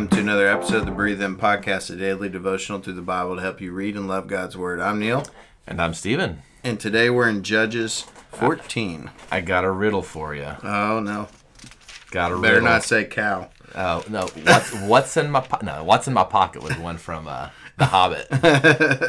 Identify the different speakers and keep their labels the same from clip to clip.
Speaker 1: episode of the Breathe In Podcast, a daily devotional through the Bible to help you read and love God's Word. I'm Neil,
Speaker 2: And I'm Steven.
Speaker 1: and today we're in Judges 14.
Speaker 2: I got a riddle for you.
Speaker 1: Oh, no.
Speaker 2: Got a
Speaker 1: Better
Speaker 2: riddle.
Speaker 1: not say cow.
Speaker 2: Oh no! What's what's in my po- no? What's in my pocket was one from uh, The Hobbit,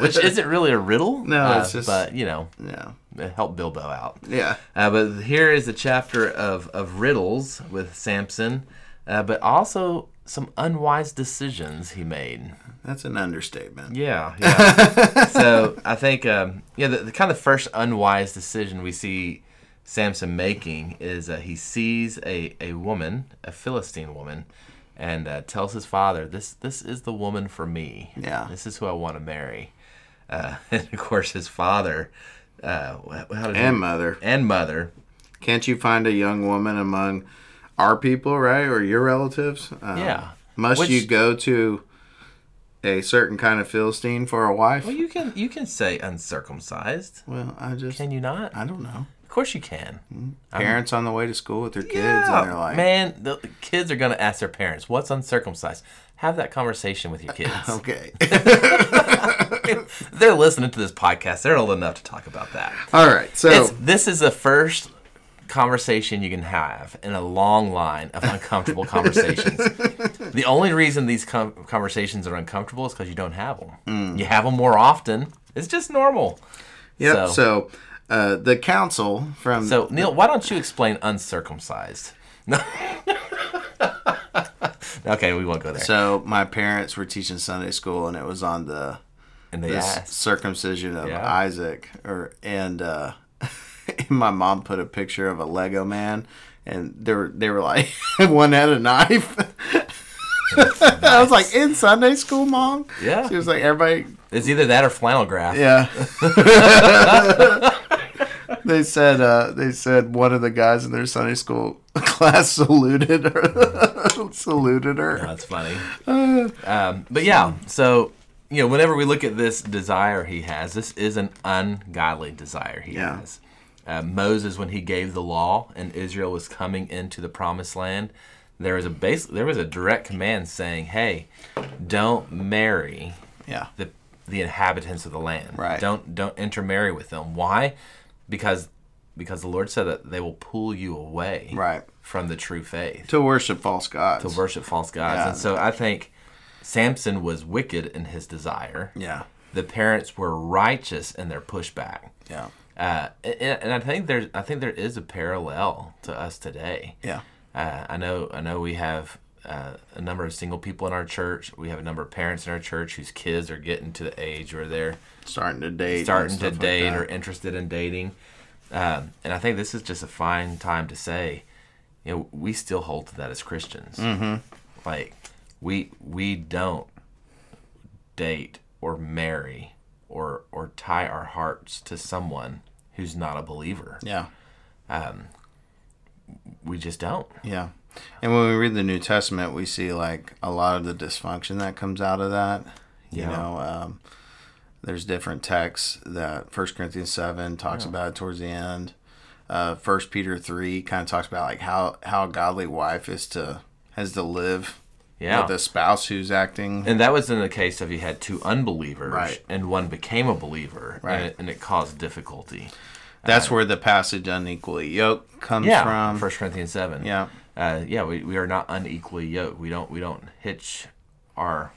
Speaker 2: which isn't really a riddle.
Speaker 1: No,
Speaker 2: uh,
Speaker 1: it's just-
Speaker 2: but you know,
Speaker 1: No.
Speaker 2: it helped Bilbo out.
Speaker 1: Yeah.
Speaker 2: Uh, but here is a chapter of of riddles with Samson, uh, but also some unwise decisions he made.
Speaker 1: That's an understatement.
Speaker 2: Yeah, yeah. so I think um, yeah, the, the kind of first unwise decision we see Samson making is uh, he sees a, a woman, a Philistine woman, and uh, tells his father, "This this is the woman for me.
Speaker 1: Yeah.
Speaker 2: this is who I want to marry." Uh, and of course, his father, uh, wh- how did he-
Speaker 1: And mother.
Speaker 2: and mother,
Speaker 1: Can't you find a young woman among our people, right? Or your relatives? Um,
Speaker 2: yeah.
Speaker 1: Must
Speaker 2: Which-
Speaker 1: you go to a certain kind of Philistine for a wife?
Speaker 2: Well, you can you can say uncircumcised,
Speaker 1: Well, I just,
Speaker 2: can you not?
Speaker 1: I don't know.
Speaker 2: Of course, you can.
Speaker 1: Parents on the way to school with their kids,
Speaker 2: Yeah,
Speaker 1: and they're like,
Speaker 2: man, the the kids are gonna ask their parents, "What's uncircumcised?" Have that conversation with your kids.
Speaker 1: okay.
Speaker 2: They're listening to this podcast. They're old enough to talk about that.
Speaker 1: All right. So,
Speaker 2: It's, this is the first conversation you can have in a long line of uncomfortable conversations. The only reason these com- conversations are uncomfortable is because you don't have them.
Speaker 1: Mm.
Speaker 2: You have them more often. It's just normal.
Speaker 1: yeah.
Speaker 2: so-
Speaker 1: So, uh, the council from
Speaker 2: So Neil, why don't you explain uncircumcised? No. okay, we won't go there.
Speaker 1: So my parents were teaching Sunday school, and it was on the
Speaker 2: and they
Speaker 1: the
Speaker 2: asked.
Speaker 1: circumcision of
Speaker 2: Yeah.
Speaker 1: Isaac, or and uh, my mom put a picture of a Lego man, and they were they were like one had a knife. I was like in Sunday school, mom.
Speaker 2: Yeah.
Speaker 1: she was like everybody.
Speaker 2: It's either that or flannel graph.
Speaker 1: Yeah. They said uh, they said one of the guys in their Sunday school class saluted her. saluted her.
Speaker 2: That's funny.
Speaker 1: Uh,
Speaker 2: Um, but yeah, so you know, whenever we look at this desire he has, this is an ungodly desire he
Speaker 1: Yeah.
Speaker 2: has. Uh, Moses, when he gave the law and Israel was coming into the promised land, there was a base. There was a direct command saying, "Hey, don't marry
Speaker 1: Yeah.
Speaker 2: the the inhabitants of the land.
Speaker 1: Right.
Speaker 2: Don't don't intermarry with them. Why? Because because the Lord said that they will pull you away
Speaker 1: Right.
Speaker 2: from the true faith."
Speaker 1: To worship false gods.
Speaker 2: to worship false gods.
Speaker 1: Yeah.
Speaker 2: And so I think Samson was wicked in his desire.
Speaker 1: Yeah.
Speaker 2: The parents were righteous in their pushback.
Speaker 1: Yeah.
Speaker 2: Uh, and, and I think there's, I think there is a parallel to us today.
Speaker 1: Yeah.
Speaker 2: Uh, I know, I know we have uh, a number of single people in our church. We have a number of parents in our church whose kids are getting to the age where they're
Speaker 1: Starting to date. and
Speaker 2: starting to
Speaker 1: stuff like
Speaker 2: date
Speaker 1: that.
Speaker 2: or interested in dating. Um, and I think this is just a fine time to say, you know, we still hold to that as Christians. Mm-hmm. Like we we don't date or marry or or tie our hearts to someone who's not a believer.
Speaker 1: yeah.
Speaker 2: We just don't.
Speaker 1: Yeah. And when we read the New Testament, we see like a lot of the dysfunction that comes out of that. You
Speaker 2: Yeah.
Speaker 1: know, um, there's different texts that First Corinthians seven talks about it towards the end. Uh, First Peter three kind of talks about like how how a godly wife is to has to live
Speaker 2: Yeah.
Speaker 1: with a spouse who's acting
Speaker 2: And that was in the case of you had two unbelievers
Speaker 1: Right.
Speaker 2: and one became a believer
Speaker 1: Right.
Speaker 2: and, it, and it caused difficulty.
Speaker 1: That's where the passage unequally yoke comes
Speaker 2: Yeah,
Speaker 1: from.
Speaker 2: First Corinthians seven.
Speaker 1: Yeah.
Speaker 2: uh, yeah, we, we are not unequally yoked. We don't we don't hitch our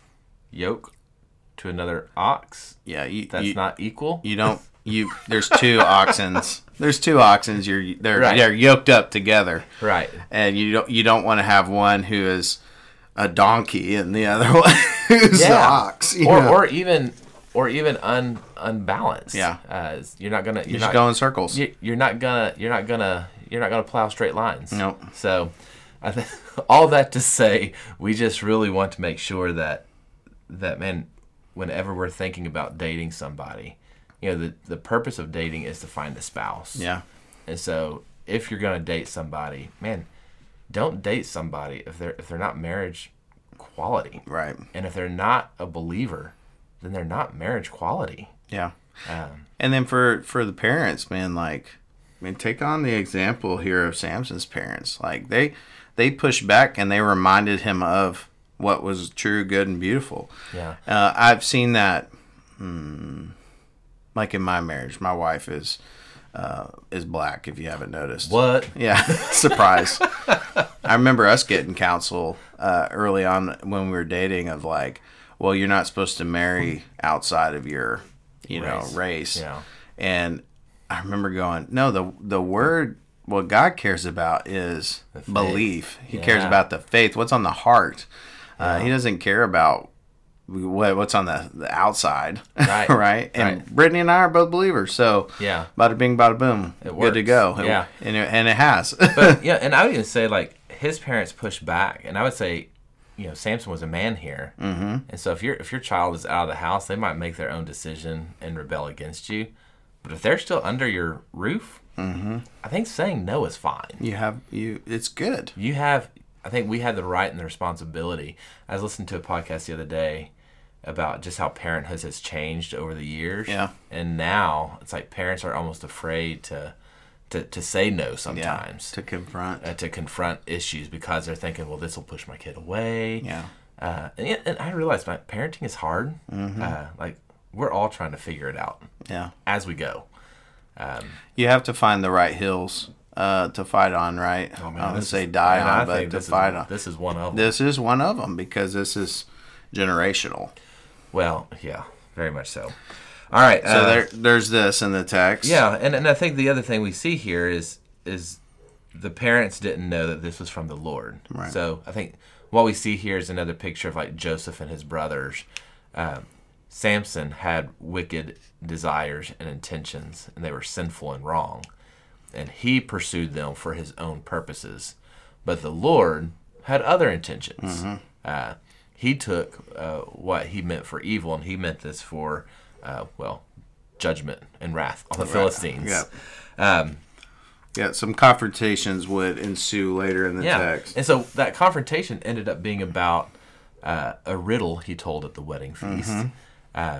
Speaker 2: yoke to another ox.
Speaker 1: Yeah, you,
Speaker 2: That's
Speaker 1: you,
Speaker 2: not equal.
Speaker 1: you don't you there's two oxens. There's two oxens you're they're
Speaker 2: Right.
Speaker 1: they're yoked up together.
Speaker 2: right.
Speaker 1: And you don't you don't want to have one who is a donkey and the other one who's an ox. You
Speaker 2: Or
Speaker 1: know.
Speaker 2: or even or even un unbalanced.
Speaker 1: Yeah.
Speaker 2: Uh, you're not gonna you're
Speaker 1: you should
Speaker 2: not
Speaker 1: go in circles.
Speaker 2: you- you're not gonna you're not gonna you're not gonna plow straight lines.
Speaker 1: Nope.
Speaker 2: So, I think all that to say, we just really want to make sure that that man, whenever we're thinking about dating somebody, you know the the purpose of dating is to find a spouse.
Speaker 1: Yeah.
Speaker 2: And so, if you're gonna date somebody, man, don't date somebody if they're if they're not marriage quality,
Speaker 1: Right.
Speaker 2: and if they're not a believer, then they're not marriage quality.
Speaker 1: Yeah.
Speaker 2: Um.
Speaker 1: and then for for the parents, man, like, I mean, take on the example here of Samson's parents. Like they they pushed back and they reminded him of what was true, good, and beautiful.
Speaker 2: Yeah.
Speaker 1: Uh, I've seen that, hmm, like in my marriage. My wife is uh, is black. If you haven't noticed,
Speaker 2: What?
Speaker 1: yeah, surprise. I remember us getting counsel uh, early on when we were dating of like, well, you're not supposed to marry outside of your, you
Speaker 2: Race.
Speaker 1: know, race.
Speaker 2: Yeah.
Speaker 1: And I remember going, no, the the word what God cares about is
Speaker 2: faith.
Speaker 1: belief. He cares
Speaker 2: Yeah.
Speaker 1: about the faith. What's on the heart. Uh, he doesn't care about what, what's on the, the outside,
Speaker 2: Right.
Speaker 1: right? And Brittany and I are both believers, so
Speaker 2: Yeah.
Speaker 1: bada bing, bada boom,
Speaker 2: It
Speaker 1: good to
Speaker 2: works.
Speaker 1: go. It-
Speaker 2: Yeah.
Speaker 1: and it, and it has.
Speaker 2: yeah, and I would even say like his parents pushed back, and I would say, you know, Samson was a man here, mm-hmm. and so if your if your child is out of the house, they might make their own decision and rebel against you, but if they're still under your roof, mm-hmm. I think saying no is fine.
Speaker 1: you have you. It's good.
Speaker 2: You have, I think we have the right and the responsibility. I was listening to a podcast the other day about just how parenthood has changed over the years,
Speaker 1: Yeah.
Speaker 2: and now it's like parents are almost afraid to to, to say no
Speaker 1: Yeah,
Speaker 2: sometimes
Speaker 1: to confront.
Speaker 2: uh, to confront issues because they're thinking, well, this will push my kid away.
Speaker 1: yeah,
Speaker 2: Uh, and, yet- and I realized my parenting is hard.
Speaker 1: Mm-hmm.
Speaker 2: Uh, like we're all trying to figure it out
Speaker 1: yeah.
Speaker 2: as we go.
Speaker 1: You have to find the right hills uh, to fight on, right?
Speaker 2: Oh,
Speaker 1: I don't say die
Speaker 2: and
Speaker 1: on,
Speaker 2: I
Speaker 1: but
Speaker 2: think
Speaker 1: to
Speaker 2: this is,
Speaker 1: fight on.
Speaker 2: this is one of them.
Speaker 1: This is one of them because this is generational.
Speaker 2: Well, yeah, very much so. All right.
Speaker 1: So
Speaker 2: uh,
Speaker 1: there, there's this in the text.
Speaker 2: Yeah, and, and I think the other thing we see here is is the parents didn't know that this was from the Lord.
Speaker 1: Right.
Speaker 2: So I think what we see here is another picture of like Joseph and his brothers. Um, Samson had wicked desires and intentions, and they were sinful and wrong, and he pursued them for his own purposes. But the Lord had other intentions.
Speaker 1: Mm-hmm.
Speaker 2: Uh, he took uh, what he meant for evil, and he meant this for, uh, well, judgment and wrath on the Philistines.
Speaker 1: Yeah.
Speaker 2: Um,
Speaker 1: Yeah. Some confrontations would ensue later in the
Speaker 2: yeah.
Speaker 1: text.
Speaker 2: And so that confrontation ended up being about uh, a riddle he told at the wedding feast
Speaker 1: Mm-hmm.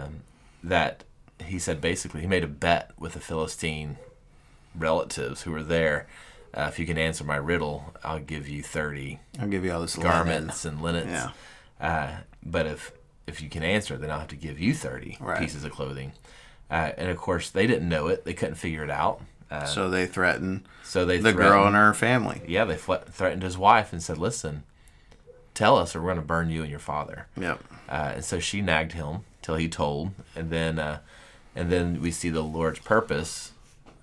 Speaker 2: um, that he said basically he made a bet with the Philistine relatives who were there. Uh, if you can answer my riddle, I'll give you 30
Speaker 1: I'll give you all this garment.
Speaker 2: garments and linens.
Speaker 1: Yeah.
Speaker 2: Uh, but if if you can answer, then I'll have to give you thirty
Speaker 1: Right.
Speaker 2: pieces of clothing. Uh, and of course, they didn't know it; they couldn't figure it out. Uh,
Speaker 1: So they threaten
Speaker 2: so they
Speaker 1: the girl and her family.
Speaker 2: yeah, they fle- threatened his wife and said, "Listen, tell us, or we're going to burn you and your father."
Speaker 1: Yep.
Speaker 2: Uh, and so she nagged him till he told, and then uh, and then we see the Lord's purpose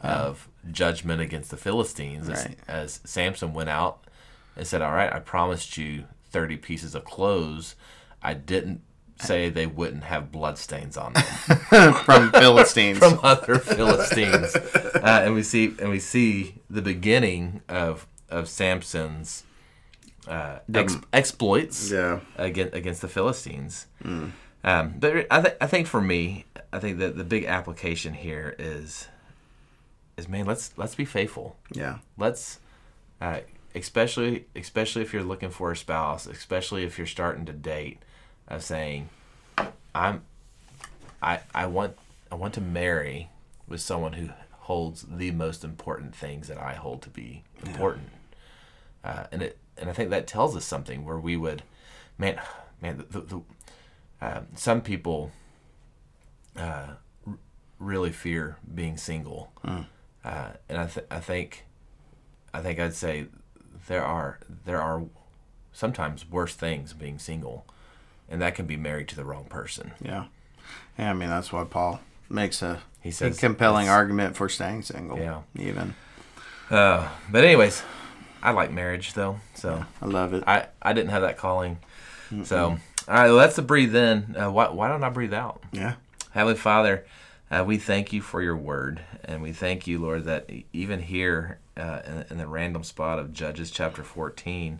Speaker 2: of judgment against the Philistines as,
Speaker 1: Right.
Speaker 2: as Samson went out and said, "All right, I promised you thirty pieces of clothes. I didn't say they wouldn't have bloodstains on them."
Speaker 1: From Philistines.
Speaker 2: from other Philistines, uh, and we see and we see the beginning of of Samson's uh, ex- exploits
Speaker 1: yeah.
Speaker 2: against against the Philistines. Um, but I, th- I think for me, I think that the big application here is is man, let's let's be faithful.
Speaker 1: Yeah.
Speaker 2: Let's uh, especially especially if you're looking for a spouse, especially if you're starting to date, of saying, I'm I I want I want to marry with someone who holds the most important things that I hold to be important. Uh, and it and I think that tells us something where we would, man, man, the, the, the um, some people uh, r- really fear being single, uh, and I th- I think I think I'd say there are there are sometimes worse things being single, and that can be married to the wrong person.
Speaker 1: Yeah. Yeah. I mean, that's why Paul makes a
Speaker 2: He says
Speaker 1: compelling
Speaker 2: it's-
Speaker 1: argument for staying single.
Speaker 2: Yeah.
Speaker 1: Even.
Speaker 2: Uh, but anyways, I like marriage though, so
Speaker 1: I love it.
Speaker 2: I I didn't have that calling. So all right, well, that's the breathe in. Uh, why why don't I breathe out?
Speaker 1: yeah.
Speaker 2: Heavenly Father, uh, we thank you for your word, and we thank you, Lord, that e- even here uh, in, in the random spot of Judges chapter 14,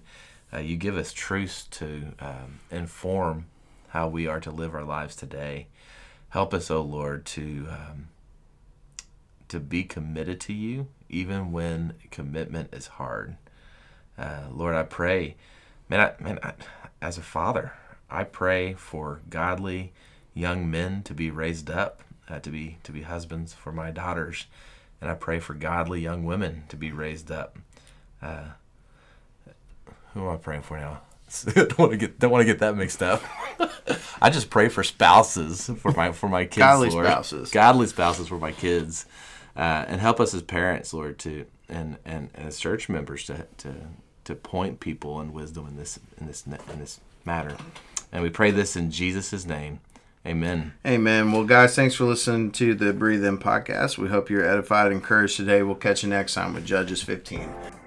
Speaker 2: uh, you give us truths to um, inform how we are to live our lives today. Help us, O Lord, to um, to be committed to you, even when commitment is hard. Uh, Lord, I pray, man, I, man, I, as a father, I pray for godly young men to be raised up, uh, to be to be husbands for my daughters, and I pray for godly young women to be raised up. Uh, who am I praying for now? don't want to get don't want to get that mixed up. I just pray for spouses for my for my kids,
Speaker 1: Godly
Speaker 2: Lord.
Speaker 1: spouses.
Speaker 2: Godly spouses for my kids, uh, and help us as parents, Lord, to and and, and as church members to to to point people in wisdom in this in this ne- in this matter. And we pray this in Jesus' name, Amen.
Speaker 1: Amen. Well, guys, thanks for listening to the Breathe In podcast. We hope you're edified and encouraged today. We'll catch you next time with Judges 15.